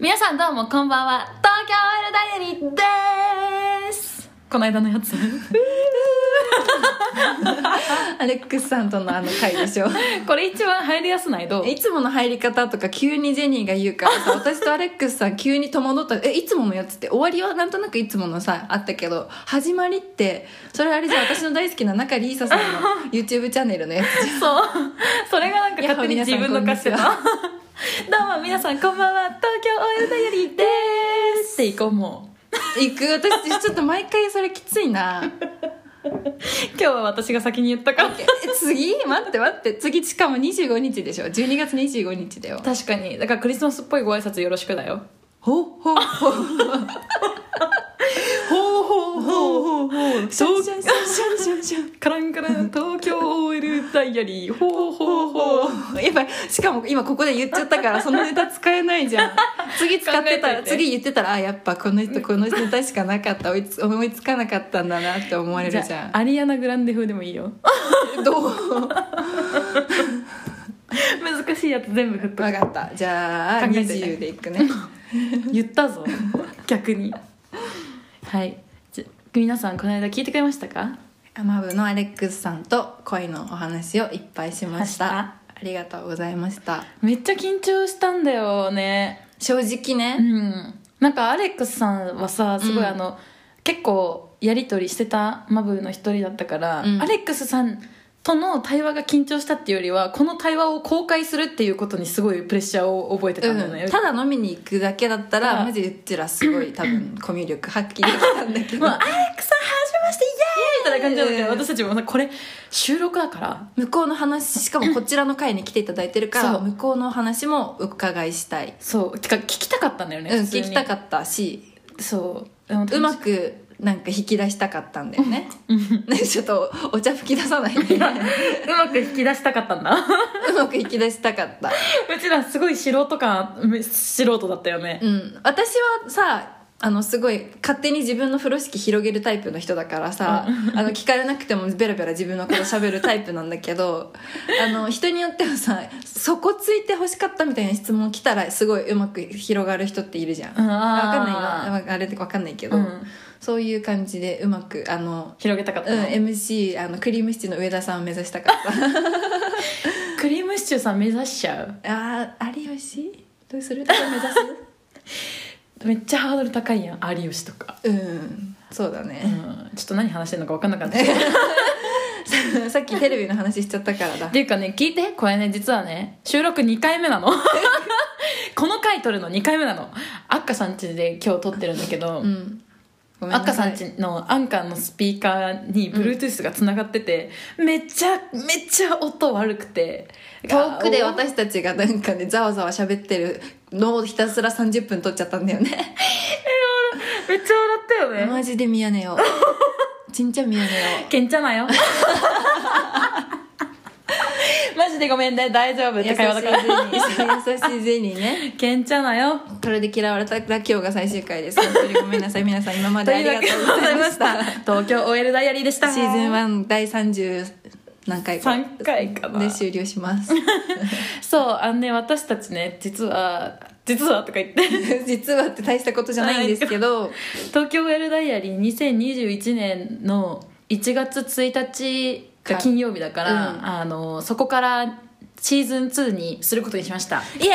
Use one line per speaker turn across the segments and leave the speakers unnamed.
皆さんどうもこんばんは東京オイルダイアリーですこの間のやつ
アレックスさんとのあの回でしょ
これ一番入りやすないどう
いつもの入り方とか急にジェニーが言うから さ私とアレックスさん急に戸惑ったえいつものやつって終わりはなんとなくいつものさあったけど始まりってそれあれじゃん私の大好きな中里依紗さん の YouTube チャンネルのやつじ
そうそれがなんか
やっほ
勝手に自分の歌詞だどうも皆さんこんばんは東京オイルダイアリーですっていこうもう
ゃん行く私ちょっと毎回それきつい な
今日は私が先に言ったから
え次待って待って次しかも25日でしょ12月25日だよ
確かにだからクリスマスっぽいご挨拶よろしくだよ
ほほほ ほうほうほうほうほう
シャンシャンシャンシャンシャンシャンカランカラン東京 OL ダイアリーほうほうほう
やっぱしかも今ここで言っちゃったからそのネタ使えない じゃん次使っ
考え
てた
と
ら
いて
次言ってたらあやっぱこの人このネタしかなかった追いつ 思いつかなかったんだなって思われるじゃん
アリアナ・グランデ風でもいいよ
どう 分か
難しいやつ全部振っとく
ったじゃあ
考えといて
20でいくね
言ったぞ逆にはいじゃ皆さんこの間聞いてくれましたか
アマブのアレックスさんと恋のお話をいっぱいしました
した
ありがとうございました
めっちゃ緊張したんだよね
正直
う
ね、
んなんかアレックスさんはさすごい
うん
あの、結構やり取りしてたマブーの一人だったから、
うん
アレックスさんとの対話が緊張したっていうよりはこの対話を公開するっていうことにすごいプレッシャーを覚えてたんだよね、
うんただ飲みに行くだけだっ
た
たら
だ
マジうっちらすごい多 分コミュ力発揮できたんだけど
まあ、アレックスさん初めましてイエーイみたいな感じだった
うん
けど私たちもさこれ収録だから
向こうの話しかもこちらの会に来ていただいてるから
そう
向こうの話もお伺いしたい、
そうてか聞きたかったんだよね、
うん、
普通
聞
に
きたかったし
そうでも
う まくなんか引き出したかったんだよねねちょっとお茶吹き出さな いでう
うまく引き出したかったんだ
まく引き出したかった、
うちらすごい素人感め素人だったよね
うん、私はさあのすごい勝手に自分の風呂敷広げるタイプの人だからさ、 あの聞かれなくてもベラベラ自分のこと喋るタイプなんだ けどあの人によってはさそこついて欲しかったみたいな質問来たらすごいうまく広がる人っているじゃん
うん
わ
あー
かんないなあれってわかんないけど、
うん
そういう感じでうまくあの、
広げたかっ
う
た
ん、
の、
MC あのクリームシチューの上田さんを目指したかっ
クリームシチューさん目指しちゃう
た ああ有吉どうするどこ目指す
めっちゃハードル高いやん有吉とか、
うんそうだ
う
ね、
ん、ちょっと何話してんのか分かんなかったっ
さっきテレビの話しちゃったからだ
ていうかね聞いてこれね実はね収録2回目 なのこの回撮るの2回目なのアッカさん家で今日撮ってるんだけど、
うんごめん
ア
な
ッ
さ
カ
い
さんちのアンカーのスピーカーに Bluetooth がつながってて、めっちゃめっちゃ音悪くて
遠くで
あ
私たちがなんかねざわざわ喋ってるのをひたすら30分撮っちゃったんだよね
おめっちゃ笑ったよね、
マジでミヤネ よちんちゃんミヤネよ
けんちゃなよマジでごめんね大丈夫っ
優していゼ
会話だ
ニ
から
ー優しいゼニーね
けんちゃなよ
これで嫌われた今日が最終回です本当にごめんなさい皆さん今までありがとうございまし
と
た
いうわけでございました東京 OL ダイアリーでした
シーズン1第30何回か
三回かな
で終了します
そうあのね私たちね実は実はとか言って
実はって大したことじゃないんですけど
東京ウェルダイアリー2021年の1月1日が金曜日だから、
うん
あのそこからシーズン2にすることにしました
イエ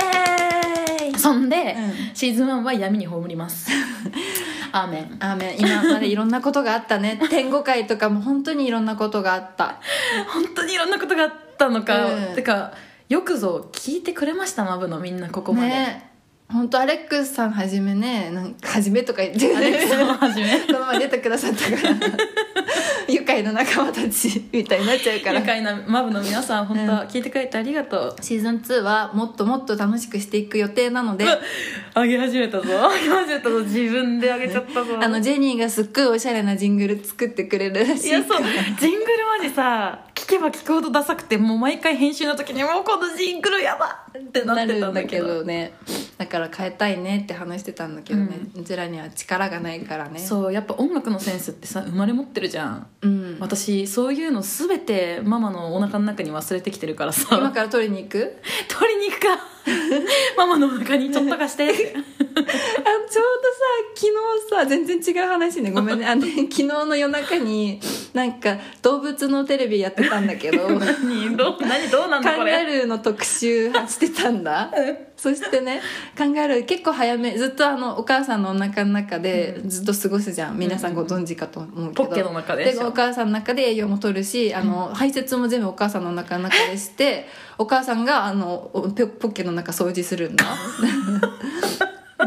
ーイ
そんで、
う
シーズン1は闇に葬ります アーメン
あめ今までいろんなことがあったね天狗会とかも本当にいろんなことがあった
本当にいろんなことがあったのか、
うん
てかよくぞ聞いてくれましたマブのみんなここまで、
ね本当アレックスさんはじめねなんかはじめとか言って
アレックスをはじめ
そのまま出てくださったから 愉快な仲間たちみたいになっちゃう から
愉快なマブの皆さん本当は聞いてくれてありがとう、
シーズン2はもっともっと楽しくしていく予定なので、
あげ始めたぞあげ始めたぞ自分であげちゃったぞ
あのジェニーがすっごいおしゃれなジングル作ってくれるらし
い
い
や
か
そう
ら
ジングルマジさ聞けば聞くほどダサくてもう毎回編集の時にもうこのジングルやばってな
な
って
る
た
ん
んだ
だけ
けど
どねだから変えたいねって話してたんだけどね、うちらには力がないからね
そうやっぱ音楽のセンスってさ生まれ持ってるじゃん
うん、
私そういうの全てママのお腹の中に忘れてきてるからさ
今から取りに行く
取りに行くかママのお腹にちょっとかして
ちょうどさ昨日さ全然違う話ねごめんねあのね昨日の夜中になんか動物のテレビやってたんだけど
何どう 何どうなんだ
カ
こ
ンガ
れ
ルーの特集してたんだそしてねカンガルー結構早めずっとあのお母さんのお腹の中でずっと過ごすじゃん皆さんご存知かと思うけ
ポ
ど
ッケの中で
で
しょ
お母さんの中で栄養も取るしあの排泄も全部お母さんの中の中でして お母さんがあのおポポッケの中掃除するん だ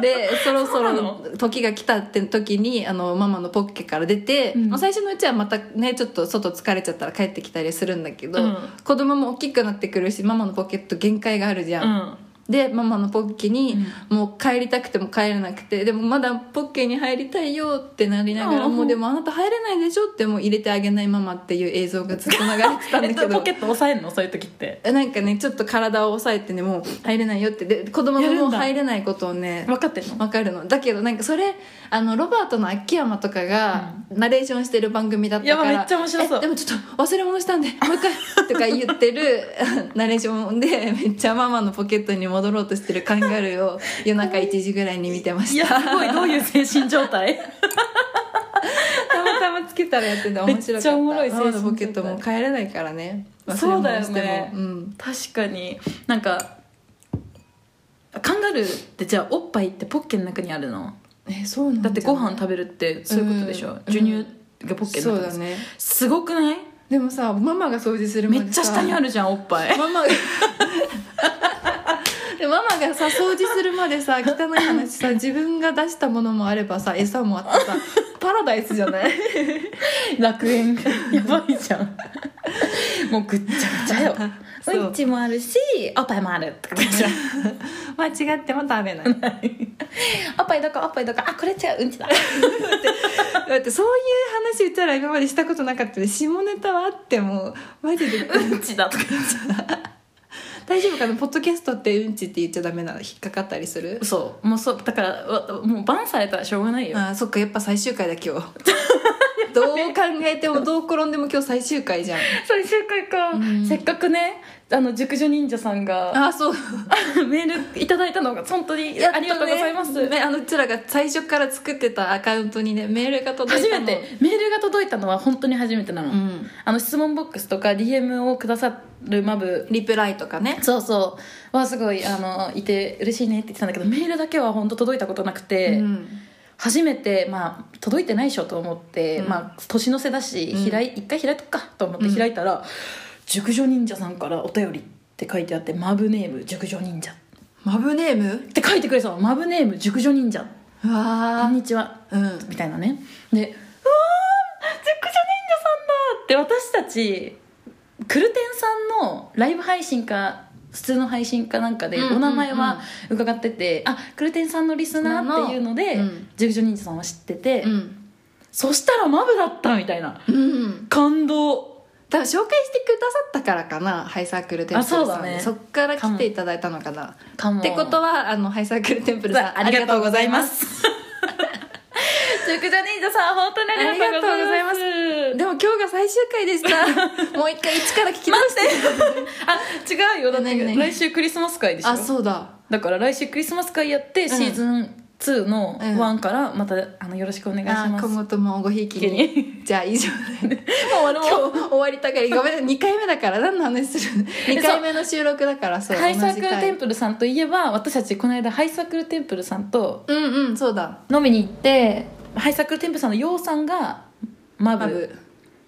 でそろそ
そうな
ろ
の
時が来たって時にあのママのポッケから出て、
うん
まあ最初のうちはまたねちょっと外疲れちゃったら帰ってきたりするんだけど、
うん
子供も大きくなってくるしママのポケット限界があるじゃ、
うんん
でママのポッケに、もう帰りたくても帰れなくてでもまだポッケに入りたいよってなりながら、
うん
もうでもあなた入れないでしょってもう入れてあげないママっていう映像がずっと流れてたんだ
え
け
っと
ど
ポケット押さえんのそういう時って
なんかねちょっと体を押さえてねもう入れないよってで子供も
や
も
る
うん
だ
入れないことをね
分かってんの
わかるのだけどなんかそれあのロバートの秋山とかがナレーションしてる番組だったから
やばいめっちゃ面白そう
えでもちょっと忘れ物 したんでもう一回とか言ってる ナレーションでめっちゃママのポケットに戻ろうとしてるカンガルーを夜中1時ぐらいに見てま
い
し
や
た
すごいどういう精神状態
たまたまつけたらやってて面白かった
めっちゃおもろい精神
ママのポケットもう帰れないからね
そうだよね
忘れ物してもうん
確かになんかカンガルーってじゃあおっぱいってポッケの中にあるの
えそうなん
だってご飯食
べ
べるってそういうことでしょ、
うん
授乳がポッケの中
そう
で
だ
す、
ね
すごくない
でもさママが掃除するま
めっ
で
ちゃ下にあるじゃんおっぱい
マ マがでママがさ掃除するまでさ汚い話さ自分が出したものもあればさ餌もあってさパラダイスじゃない
楽園 やばいじゃんもうぐっちゃぐちゃよ
そう
うんちもあるしおっぱいもあるって感じだ
間違っても食べないだ
おっぱいどこおっぱいどこあこれ違ううんちだ
ってそういう話うちら今までしたことなかったで下ネタはあってもマジで
うんちだとか言っち
大丈夫かなポッドキャストってうんちって言っちゃダメなの引っかかったりする
ゃうそうもうそうだからわもうバンされたらしょうがないよ
ああそっかやっぱ最終回だ今日 どう考えてもどう転んでも今日最終回じゃん
最終回か、
うん
せっかくねあの熟女忍者さんが
ああそう
メールいただいたのが本当に
やっ
あ
と
り
ね
がとうございます、
ね、あのうちらが最初から作ってたアカウントにねメールが届い
初め
たの
てメールが届いたのは本当に初めてなの、
うん、
あの質問ボックスとか DM をくださるマブ
リプライとかね
そうそうはすごいあのいて嬉しいねって言ってたんだけどメールだけは本当届いたことなくて、
うん
初めて、まあ、届いてないでしょと思って、
うん
まあ、年の瀬だし、
うん
開い一回開いとくかと思って
うん
開いたら「熟女忍者さんからお便り」って書いてあって「マブネーム熟女忍者」っ
マブネーム
て書いてくれてたの「マブネーム熟女忍者」「
う
こん
わ
にちは」
ーうん
みたいなねで「うわー熟女忍者さんだ!」って私たちクルテンさんのライブ配信か普通の配信かなんかで
うんうんうん
お名前は伺ってて、あクルテンさんのリスナーっていうので、
うん
熟女忍者さんは知ってて、
うん
そしたらマブだったみたいな
うん
感動
多分紹介してくださったからかなハイサークルテンプルさん
あそうだね
そっから来ていただいたのかな
かも
ってことはあのハイサークルテンプルさん
ありがとうございますす熟女忍者さん本当にありがとうございます
でも今日が最終回でし たもう一回一から聞き直して
あ違うよだって
何何
来週クリスマス会でしょ
あそうだ
だから来週クリスマス会やってシーズン2の
うん
1からまたあのよろしくお願いし
あ
ます、
今
もう
後ともごひいき
ひいき
にじゃあ以上 で
終わろう
今日終わりたがりごめん2回目だから何の話する2回目の収録だからそう
ハイサー
同
ク
じ
ル
回
テンプルさんといえば私たちこの間ハイサークルテンプルさんと
うんうんそうだ
飲みに行ってハイサークルテンプルさんのようさんがマブ
マブ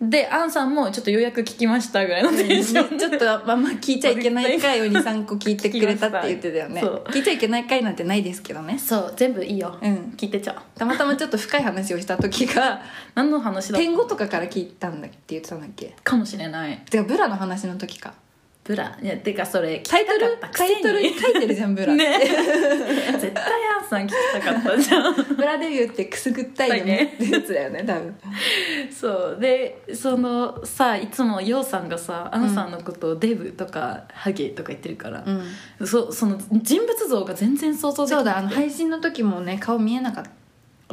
でアンさんもちょっとようやく聞きましたぐらいの
うん
テンシ
ちょ
ョ
っ
ンで、
とあんま聞いちゃいけない回を23個聞いてくれたって言ってたよね
聞きました
聞いちゃいけない回なんてないですけどね
そう全部いいよ、
うん
聞いてちゃう
たまたまちょっと深い話をした時が
何の話だ
点5とかから聞いたんだって言ってたんだっけ
かもしれない
てかブラの話の時か
ブラいやてかそれ聞きたか
タイトル
ったく
タ
せ
イ
に
トル書いてるじゃんブラ、
ね 絶対アンさん聞きたかったじゃん
ブラデビューってくすぐったいよねってやつだよね多分
そうでそのさいつもようさんがさアンさんのことをデブとかハゲとか言ってるから、
うん
そその人物像が全然想像でき
そ
な
う
い
だあの配信の時もね顔見えなかった、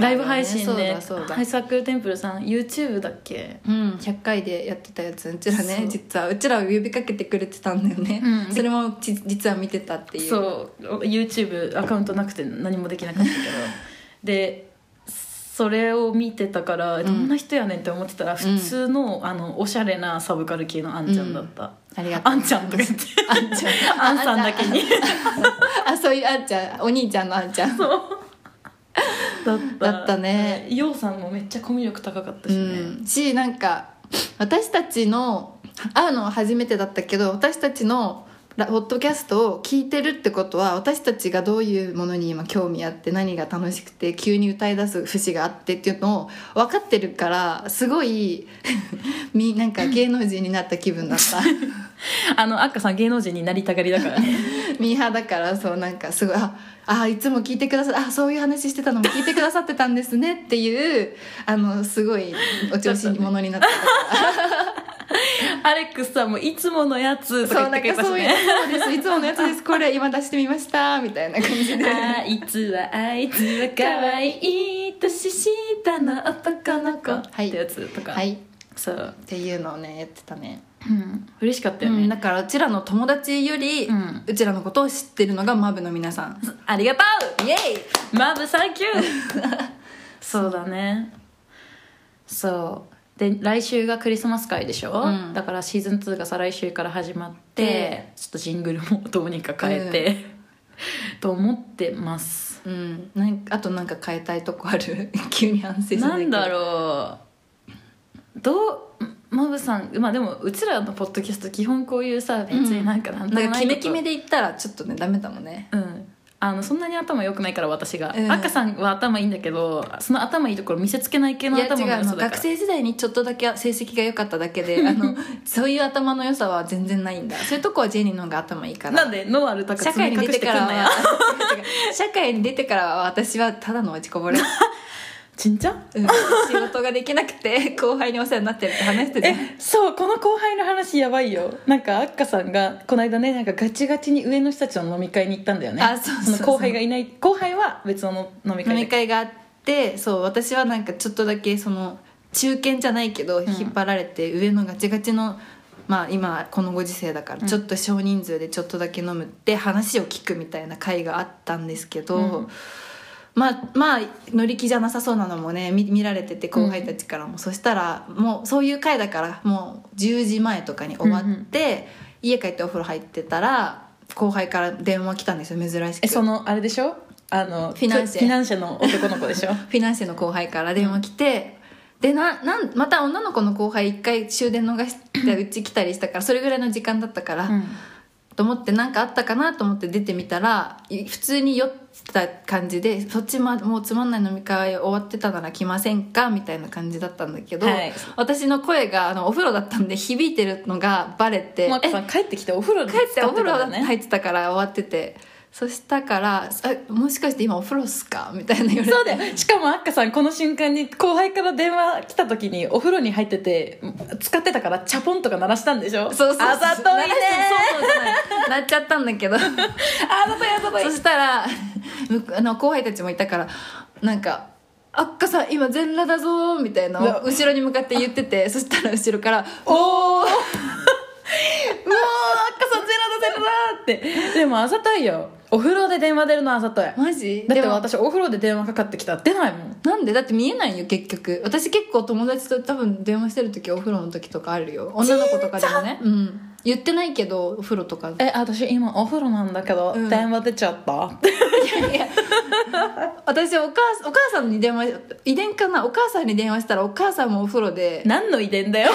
ライブ配信
そう
で
だそうだ
ハイサークルテンプルさん YouTube だっけ
うん、100回でやってたやつうちら
そ
ね
う
実はうちらを呼びかけてくれてたんだよね、
うん
それもじ実は見てたっていう
そう YouTube アカウントなくて何もできなかったけどでそれを見てたから
ん
どんな人やねんって思ってたら、普通のあのおしゃれなサブカル系のあんちゃんだった、
ありがとう
あんちゃんとか言って
あんちゃ ん
あんさんだけに
あそういうあんちゃんお兄ちゃんのあんちゃん
だった
だったね
ようさんもめっちゃコミュ力高かったしね、
うん、しなんか私たちの会うのは初めてだったけど私たちのラポッドキャストを聞いてるってことは私たちがどういうものに今興味あって何が楽しくて急に歌い出す節があってっていうのを分かってるからすごい みなんか芸能人になった気分だった
あのアッカさん芸能人になりたがりだからね
ミーハーだからそうなんかすごいああいつも聞いてくださあそういう話してたのも 聞いてくださってたんですねっていうあのすごいお調子者になった
アレックスさんもいつものやつと
そ
か言
うな
っ
ん
て
か
くれたし
そ
ね
ういうそうですいつものやつですこれ今出してみましたみたいな感じで
あいつはあいつは可愛い年下の男の子、
はい
ってやつとか、
はいっ
そう、
ていうのをねやってたね、
うん、嬉しかったよ
う
ね、
んだからうちらの友達より、
う
うんちらのことを知ってるのがマブの皆さん
ありがと
イエ
うマブサンキュー そうだねそうで来週がクリスマス会でしょ、
うん
だからシーズン2が再来週から始まって、
で
ちょっとジングルもどうにか変えて、と思ってます
イうんなんかあとなんか変えたいとこある 急に反省し
なんだ
う
ろうどうマブさんまあでもうちらのポッドキャスト基本こういうさ別になんかなんとも
な
ない
ん
こ
か
と
キメキメで言ったらちょっとねダメだもんね
うんあのそんなに頭良くないから私が、
うん
赤さんは頭いいんだけどその頭いいところ見せつけない系の
いや
頭
違う
の
あ
良さ
の
だか
学
ら
生時代にちょっとだけ成績が良かっただ けであのそういう頭の良さは全然ないんだそういうとこはジェニーの方が頭いいから
なんでノアルタカ
社会に出てから
や
は 社会に出てからは私はただの 落ちこぼれ、
ちんちゃん
うん仕事ができなくて後輩にお世話になってるって話してたじゃん
えそうこの後輩の話やばいよなんかアッカさんがこの間ねなんかガチガチに上の人たちの飲み会に行ったんだよね
あそうそうそう
の後輩がいない後輩は別の飲み会
飲
で
み会があってそう私はなんかちょっとだけその中堅じゃないけど引っ張られて、上のガチガチのまあ今このご時世だからちょっと少人数でちょっとだけ飲むって話を聞くみたいな会があったんですけど、
うん
まあまあ乗り気じゃなさそうなのもね見見られてて後輩たちからも、そしたらもうそういう会だからもう10時前とかに終わって、家帰ってお風呂入ってたら後輩から電話来たんですよ珍しく
えそのあれでしょあの
フィナンシェ
フィナンシェの男の子でし ょ
フィナンシェの後輩から電話来て、でななんまた女の子の後輩一回終電逃してうち来たりしたからそれぐらいの時間だったから、
うん
と思って何かあったかなと思って出てみたらい普通に酔った感じでそっちまもうつまんない飲み会終わってたなら来ませんかみたいな感じだったんだけど、
はい
私の声があのお風呂だったんで響いてるのがバレて
マックさん帰ってきてお風呂で
帰ってお風呂
だ
入ってたから終わっててそしたから「あもしかして今お風呂っすか?」みたいな言われて
そうだよしかもアッカさんこの瞬間に後輩から電話来た時にお風呂に入ってて使ってたからチャポンとか鳴らしたんでしょ
そうそうそう
あざといね
そうそうじゃないなっちゃったんだけどそ
あざといあざとい
したらむあの後輩たちもいたからなんか「あっかさん今全裸だぞ」みたいなのを後ろに向かって言っててそしたら後ろから「
おおうわー アッカさんゼロだゼロだってでもあざといよお風呂で電話出るのあざといだ
マジ?」
って
でも
私お風呂で電話かかってきたら出ないもん
なんでだって見えないよ結局私結構友達と多分電話してる時お風呂の時とかあるよ女の子とかでもねうん言ってないけどお風呂とか
え私今お風呂なんだけど、
うん
電話出ちゃった って
いや私お母さんお母さんに電話遺伝かなお母さんに電話したらお母さんもお風呂で
何の遺伝 だよ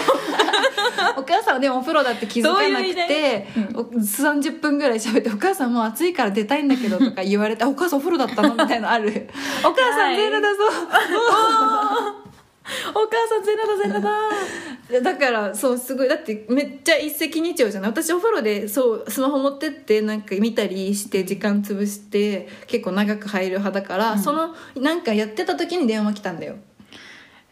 お母さんはでもお風呂だって気づかな
どういう
く
意味
てお30分ぐらい喋って「お母さんもう暑いから出たいんだけど」とか言わ れて「あお母さんお風呂だったの?」みたいなのある「お母さ
はい
ん出るだぞ
お母さんゼロだゼロだ」
だからそうすごいだってめっちゃ一石二鳥じゃない私お風呂でそうスマホ持ってってなんか見たりして時間潰して結構長く入る派だから、そのなんかやってた時に電話来たんだよ、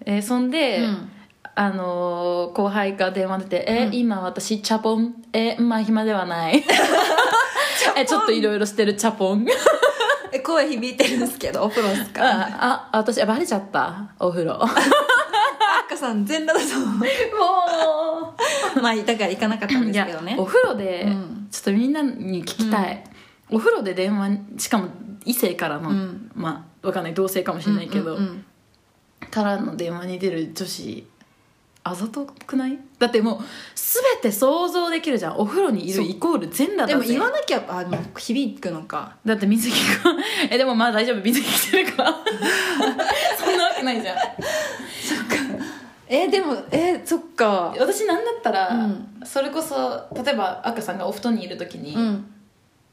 えーそんで、
うん
あのー後輩が電話出て「え
うん
今私チャポンえまあ暇ではない」え「ちょっといろいろしてるチャ ポン」
え声響いてるんですけどお風呂ですかあ
ああ私バレちゃったお 風呂も
っかさん全裸だぞ
う
まあだから行かなかった
い
んですけ
や
どね
お風呂で、
うん
ちょっとみんなに聞きたい、お風呂で電話しかも異性からの、
うん
まあわかんない同性かもしれないけど、
うんうん
からの電話に出る女子あざとくないだってもう全て想像できるじゃんお風呂にいる
そう
イコール全裸だ
うんでも
ぜ
言わなきゃあでも響くのか
だって水着が えでもまあ大丈夫水着着てるから そんなわけないじゃん
えでもえそっか
私なんだったら、
うん
それこそ例えば赤さんがお布団にいる時に
うん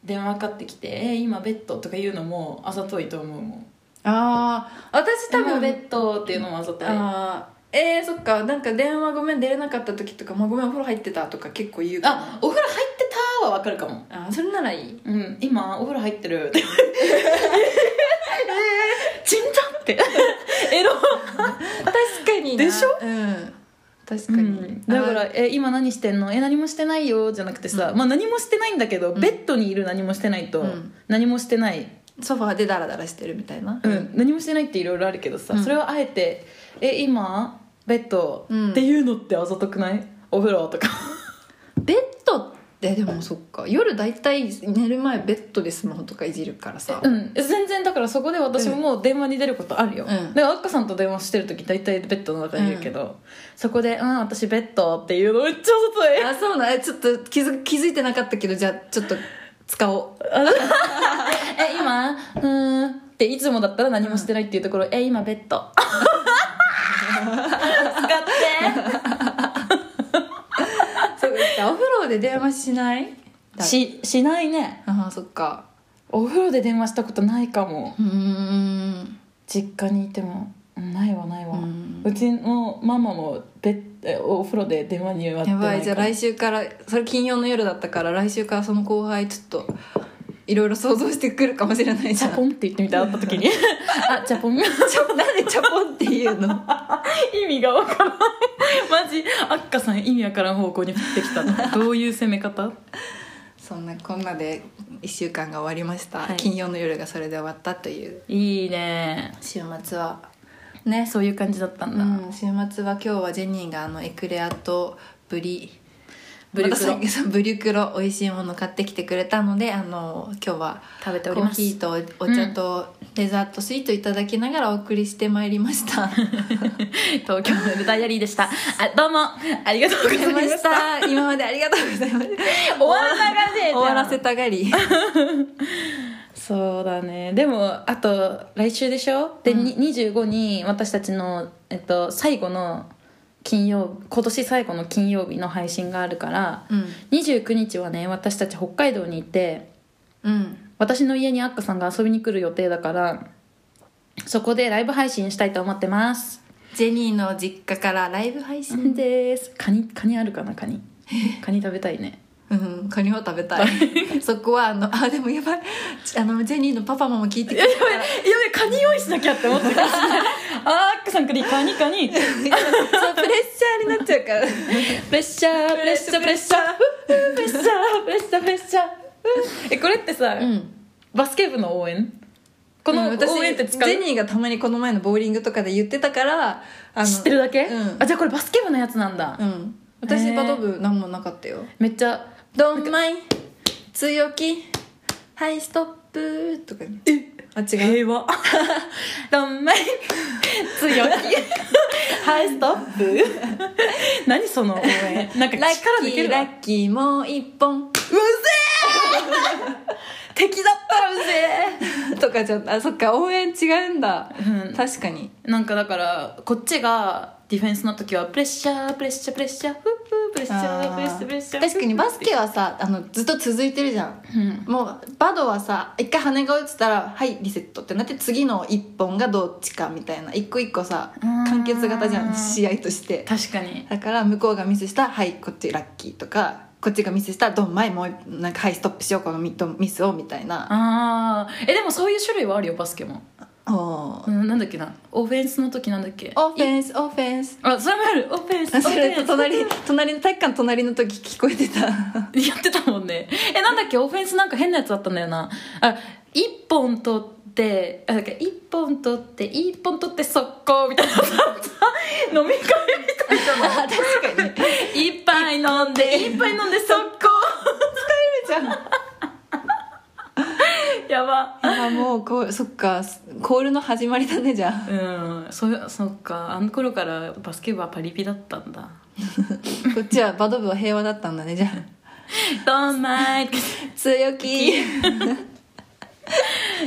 電話かかってきて「え今ベッド」とか言うのもあざといと思うもん
ああ私
多
多
分
分
ベッドっていうのもあざといあ
あーえー、そっかなんか電話ごめん出れなかった時とか「まあ、ごめんお風呂入ってた」とか結構言うかな
お風呂入ってたはわかるかも
あーそれならいい
うん今お風呂入って る えーちんちゃんって エロ
確かにな
でしょ
うん確か
う
に、
んだから「え今何してんのえ何もしてないよ」じゃなくてさ、まあ何もしてないんだけど、
ん
ベッドにいる何もしてないと、
うん
何もしてない
ソファーでダラダラしてるみたいな
うん、何もしてないっていろいろあるけどさ、
うん
それをあえて「え今ベッド」
うん
っていうのってあざとくないお風呂とか
ベッドってでもそっか夜大体寝る前ベッドでスマホとかいじるからさ、
うん全然だからそこで私ももう電話に出ることあるよ、
うん
でアッカさんと電話してる時大体ベッドの中にいるけど、そこで「うん私ベッド」っていうのめっちゃあざとい
あそうなんえちょっと気づ気づいてなかったけどじゃあちょっと使お う
え今うーんっていつもだったら何もしてないっていうところ、え今ベッド 使っ
そうかお風呂で電話しない
て ししないね
ああそっか
お風呂で電話したことないかも
うーん
実家にいてもうんないわないわ、
う
うんちのママもベッえお風呂で電話にはって
や
ない
ばいじゃあ来週からそれ金曜の夜だったから来週からその後輩ちょっといろいろ想像してくるかもしれないじ
チ
ゃ
ャ
ん
ポンって言ってみた会った時に あチャポン意
チャポ なんでチャポンっていうの
味がわからないマジあっかさん意味わからん方向に振ってきたどういう攻め方
そんなこんなで1週間が終わりました、
はい
金曜の夜がそれで終わったという
いいね
週末はね
そういう感じだったんだ、
うん、週末は今日はジェニーがあのエクレアとブリ
ブリュクロ
またさっきブリュクロ美 味しいもの買ってきてくれたのであの今日は
食べてお
コ
り
ー
ます
ヒーとお茶とデザートスイートいただきながらお送りしてまいりました、
東京のダイアリーでしたあどうもありがとうござい
あり
ま
ま
し
したた今までありがとうございました
終わらな感じ
終わらせたがり
そうだねでもあと来週でしょで、に25に私たちの、えっと、最後の金曜今年最後の金曜日の配信があるから、
うん
29日はね私たち北海道に行って
うん
私の家にアッカさんが遊びに来る予定だからそこでライブ配信したいと思ってます、
ジェニーの実家からライブ配信で、
ですカニカニあるかなカニカニ食べたいね
うん、カニを食べ たいそこはあのあでもやばいちあのジェニーのパパマも聞いてくれたら
やべカニ用意しなきゃって思って たあーアッカさんからカニカニ
そうプレッシャーになっちゃうから
プレッシャープレッシャープレッシャーふうプレッシャープレッシャープレッシャーふうえこれってさ、
うん
バスケ部の応援この
うん私
応援って使う、
ジェニーがたまにこの前のボーリングとかで言ってたからあの
知ってるだけ、
うん
あじゃあこれバスケ部のやつなんだ、
うん
へ
私
ー
バド部何もなかったよ
めっちゃ
「ドンマイ強気はいストップ」とかえあ違う
平和どんまい強 いハイストップ何その応援 なんか力
ラッ
抜
キ
け
ー
る
ラ
わ
ッキーもう一本
敵だったらうぜ
とかじゃあそっか応援違うんだ、
うん
確かに
えなんかだからこっちがディフェンスの時はプレッシャープレッシャープレッシャーふうふうプレッシャープレッシャープレッシャー
確かにバスケはさあのずっと続いてるじゃん
うん
もうバドはさ一回羽が落ちたらはいリセットってなって次の一本がどっちかみたいな一個一個さ
うん
完結型じゃん試合として
確かに
だから向こうがミスしたらはいこっちラッキーとかこっちがミスしたらドンマイもう一なんかはいストップしようこのミミスをみたいな
ああえでもそういう種類はあるよバスケも、
おお
う
ー
ん、なんだっけなオフェンスの時なんだっけ
オフ
ン
ェンスオフェンス
あそれもあるオフェンス
あそれ
オフェン
と
ス
隣隣の体育館隣の時聞こえ てた
やってたもんねえなんだっけオフェンスなんか変なやつだったんだよなあ一本取ってあなんか一本取って一本取って速攻みたいなさ飲み会みたいなの
確かに使え る
一杯飲んで一杯飲んで速攻
じゃん
やば
あもうこうそっかコールの始まりだねじゃあ
うんそそっかあの頃からバスケ部はパリピだったんだ
こっちはバド部は平和だったんだねじゃあ
ドンマイ
強気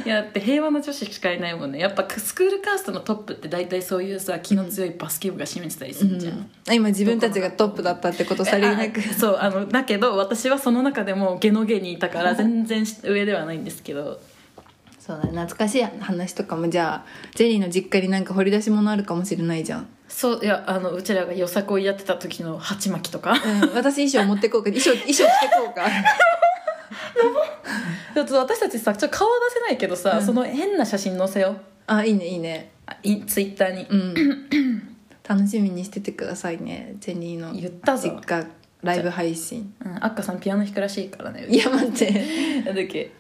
いやだって平和な女子しかいないもんねやっぱスクールカーストのトップって大体そういうさ気の強いバスケ部が占めてたりするじゃん、
うん今自分たちがトップだったってことさりげなく
あそうあのだけど私はその中でもゲノゲにいたから全然上ではないんですけど
そうだね懐かしい話とかもじゃあジェリーの実家になんか掘り出し物あるかもしれないじゃん、
そういやあのうちらがよさこいやってた時の鉢巻きとか
うん、私衣装持ってこうか衣装衣装着てこうか
ちょっと私たちさちょっと顔は出せないけどさ、
うん
その変な写真載せよう
あいいねいいね
あいツイッターに
うん楽しみにしててくださいねジェリーの
言ったぞ
実家ライブ配信
うん、アッカさんピアノ弾くらしいからね
いや待って
なんだっけ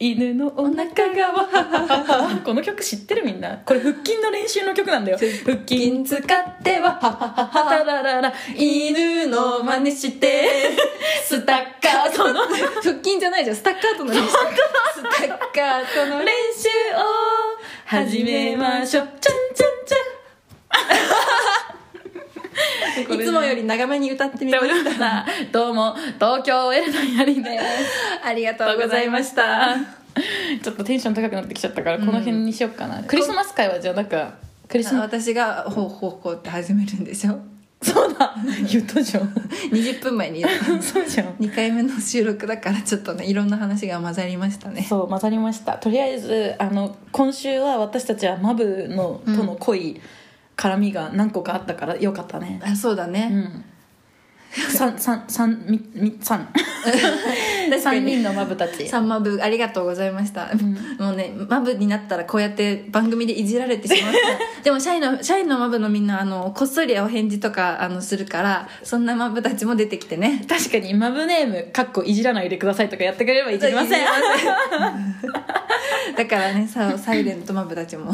犬のお腹がわはは ははこの曲知ってるみんなこれ腹筋の練習の曲なんだよ腹筋
使ってははは
はたららら犬の真似してスタッ カートの練
腹筋じゃないじゃんスタッカートの練習 スタッカートの練
習を始めましょうチャンチャンチ ャン
習いつもより長めに歌ってみまし
どうも東京エレナヤリです
た ありが
あ
と
りがとう
うご
ござ
ざ
い
い
ま
ま
し
したた
ちょっとテンション高くなってきちゃったからこの辺にしようかな、クリスマス会はじゃあなんかクリスマ
私が「ほうほうほう」って始めるんで しょ
スそうだ 言ったじゃん
20分前に
そうじゃん
2回目の収録だからちょっとねいろんな話が混ざりましたね
そう混ざりましたとりあえずあの今週は私たちはマブのとの濃い絡みが何個かあったからよかったね
あそうだ
う
ね、
ん三三三みみ 三三人のマブたち
さんまぶありがとうございました、もうねマブになったらこうやって番組でいじられてしまった でも社員の社員のマブのみんなあのこっそりお返事とかあのするからそんなマブたちも出てきてね
確かにマブネームかっこいじらないでくださいとかやってくれればいじりません
だからねさサイレントマブたちも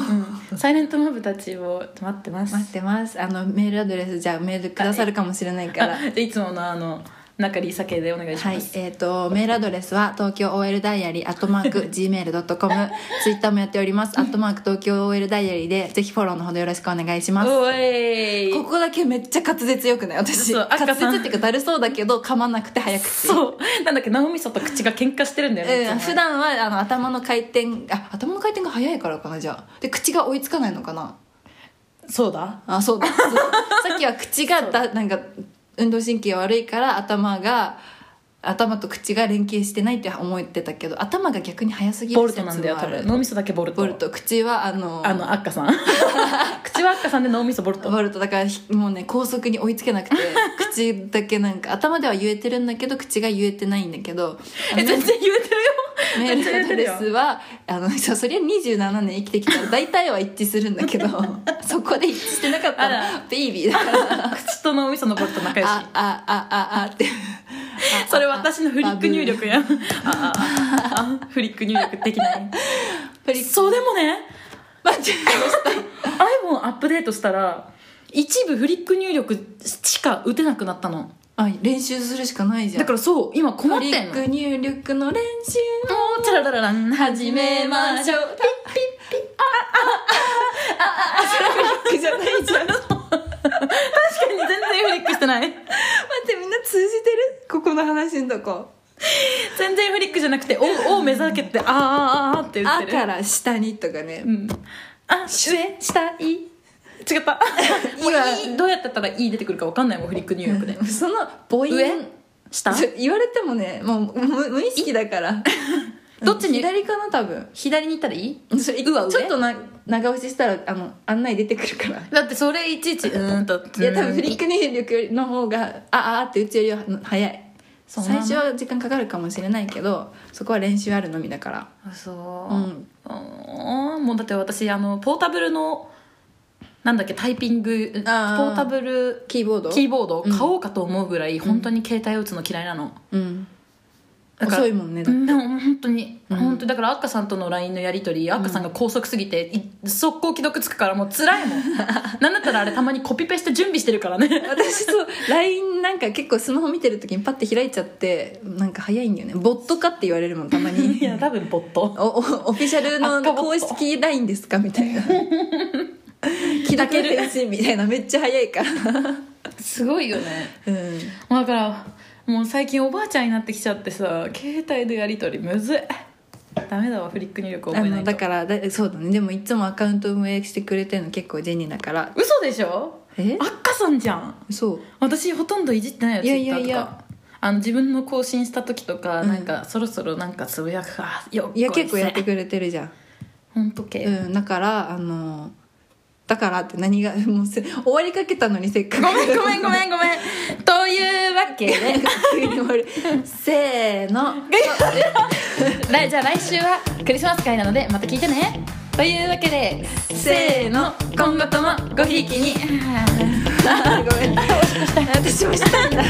サイレントマブたちを待ってます
待ってますあのメールアドレスじゃあメールくださるかもしれないから
あでいつものあの中里酒でお願いし
は
ま
い
す、、
えっ、と、メールアドレスは、東京 OL ダイアリー、アットマーク、gmail.com、ツイ ッターもやっております、アットマーク、東京 OL ダイアリーで、ぜひフォローのほどよろしくお願いします。
おい
ここだけめっちゃ滑舌よくない私。
そう
滑
赤さん
舌っていうか、だるそうだけど、噛まなくて早くて。
そうなんだっけ脳みそと口が喧嘩してるんだよね、いつ
う
も
ん、普段はあの頭の回転あ頭の回転が早いからかなじゃあで口が追いつかないのかな
そうだ
あそうだそう さっきは口がだなんか運動神経悪いから頭が頭と口が連携してないって思ってたけど頭が逆に早すぎる
ボルトなんだよ
説
多
もある
分脳みそだけボルト
ボルト口はあの
あのアッカ さん口はアッカさんで脳みそボルト
ボルトだからひもうね高速に追いつけ なくて口だけなんか頭では言えてるんだけど口が言えてないんだけどあ の
え全然言えてるよ
メール アドレ
よ
スはあのそうそりゃ27年生きてきたら大体は一致するんだ けどそこで一致してなかった
あ
らベイビーだから
口と脳みそのボルト仲良し
あああああって
それ私のフリック入力やあああフリック入力できない
フリック
そうでもね
待って
iPhone アップデートしたら一部フリック入力しか打てなくなったの
あ練習するしかないじゃん
だからそう今困っ
フリ
てん
ッ
の
ク入力の練習
もうチャララララン始めましょうピッピッピッあああああああフリックじゃないじゃん確かに全然フリックしてない
待ってみんな通じてるここの話のとこ
全然フリックじゃなくて「お」を目指けて「あーあーあー」って言っ
あ
てる
から下にとかね
うんあ上下い違 ったもういいどうやってやったら「い」出てくるか分かんないもんフリック入力で
その母音
上下
ちょ言われてもねもう無無意識だから
どっちに
左かな多分
左に行ったらいい
それ
うわ上
ちょっとな長押ししたらあの案内出てくるから
だってそれいちいちうーんと
いや多分フリック入力の方があああって打つよりは早い
そう
最
なの
初は時間かかるかもしれないけどそこは練習あるのみだから
あそうう、
ん
あーもうだって私あのポータブルのなんだっけタイピングポ
あー
ータブル
キーボード
キー
ボ
ボードを買おうかと思うぐらい、本当に携帯を打つの嫌いなの、
ードうん
だから
遅いもんね
う
だって
んでも本当に、
うん
本当にだからアッカさんとの LINE のやり取りアッカさんが高速すぎて、い速攻既読つくからもう辛 いもんなんだったらあれたまにコピペして準備してるからね
私そう LINE なんか結構スマホ見てる時にパッて開いちゃってなんか早いんだよねボットかって言われるもんたまに
いや多分ボット
おおオフィシャル
あボ
の
ット
公式 LINE ですかみたい な既読返信みたいなめっちゃ早いから
すごいよね
うん
だからもう最近おばあちゃんになってきちゃってさ携帯でやり取りむずいダメだわフリック入力
あ
覚えない
の
と
だからだそうだねでもいつもアカウント運営してくれてるの結構ジェニーだから
嘘でしょ
え
アッカさんじゃん
そう
私ほとんどいじってないよツ
い
イ
や
ッ
い
ター
や
と
いや
かあの自分の更新した時とか、
うん
なんかそろそろなんかつぶやくかよ
いや結構やって
く
くれてるじゃん
本当け、
うん、だからあのだからって何が もうせ終わりかけたのにせっかく
ごめんごめんごめんごめんというわけで
急に終わるせ ーの
来じゃあ来週はクリスマス会なのでまた聞いてねというわけでせーの今後ともごひいきに
ごめん私もしたんだ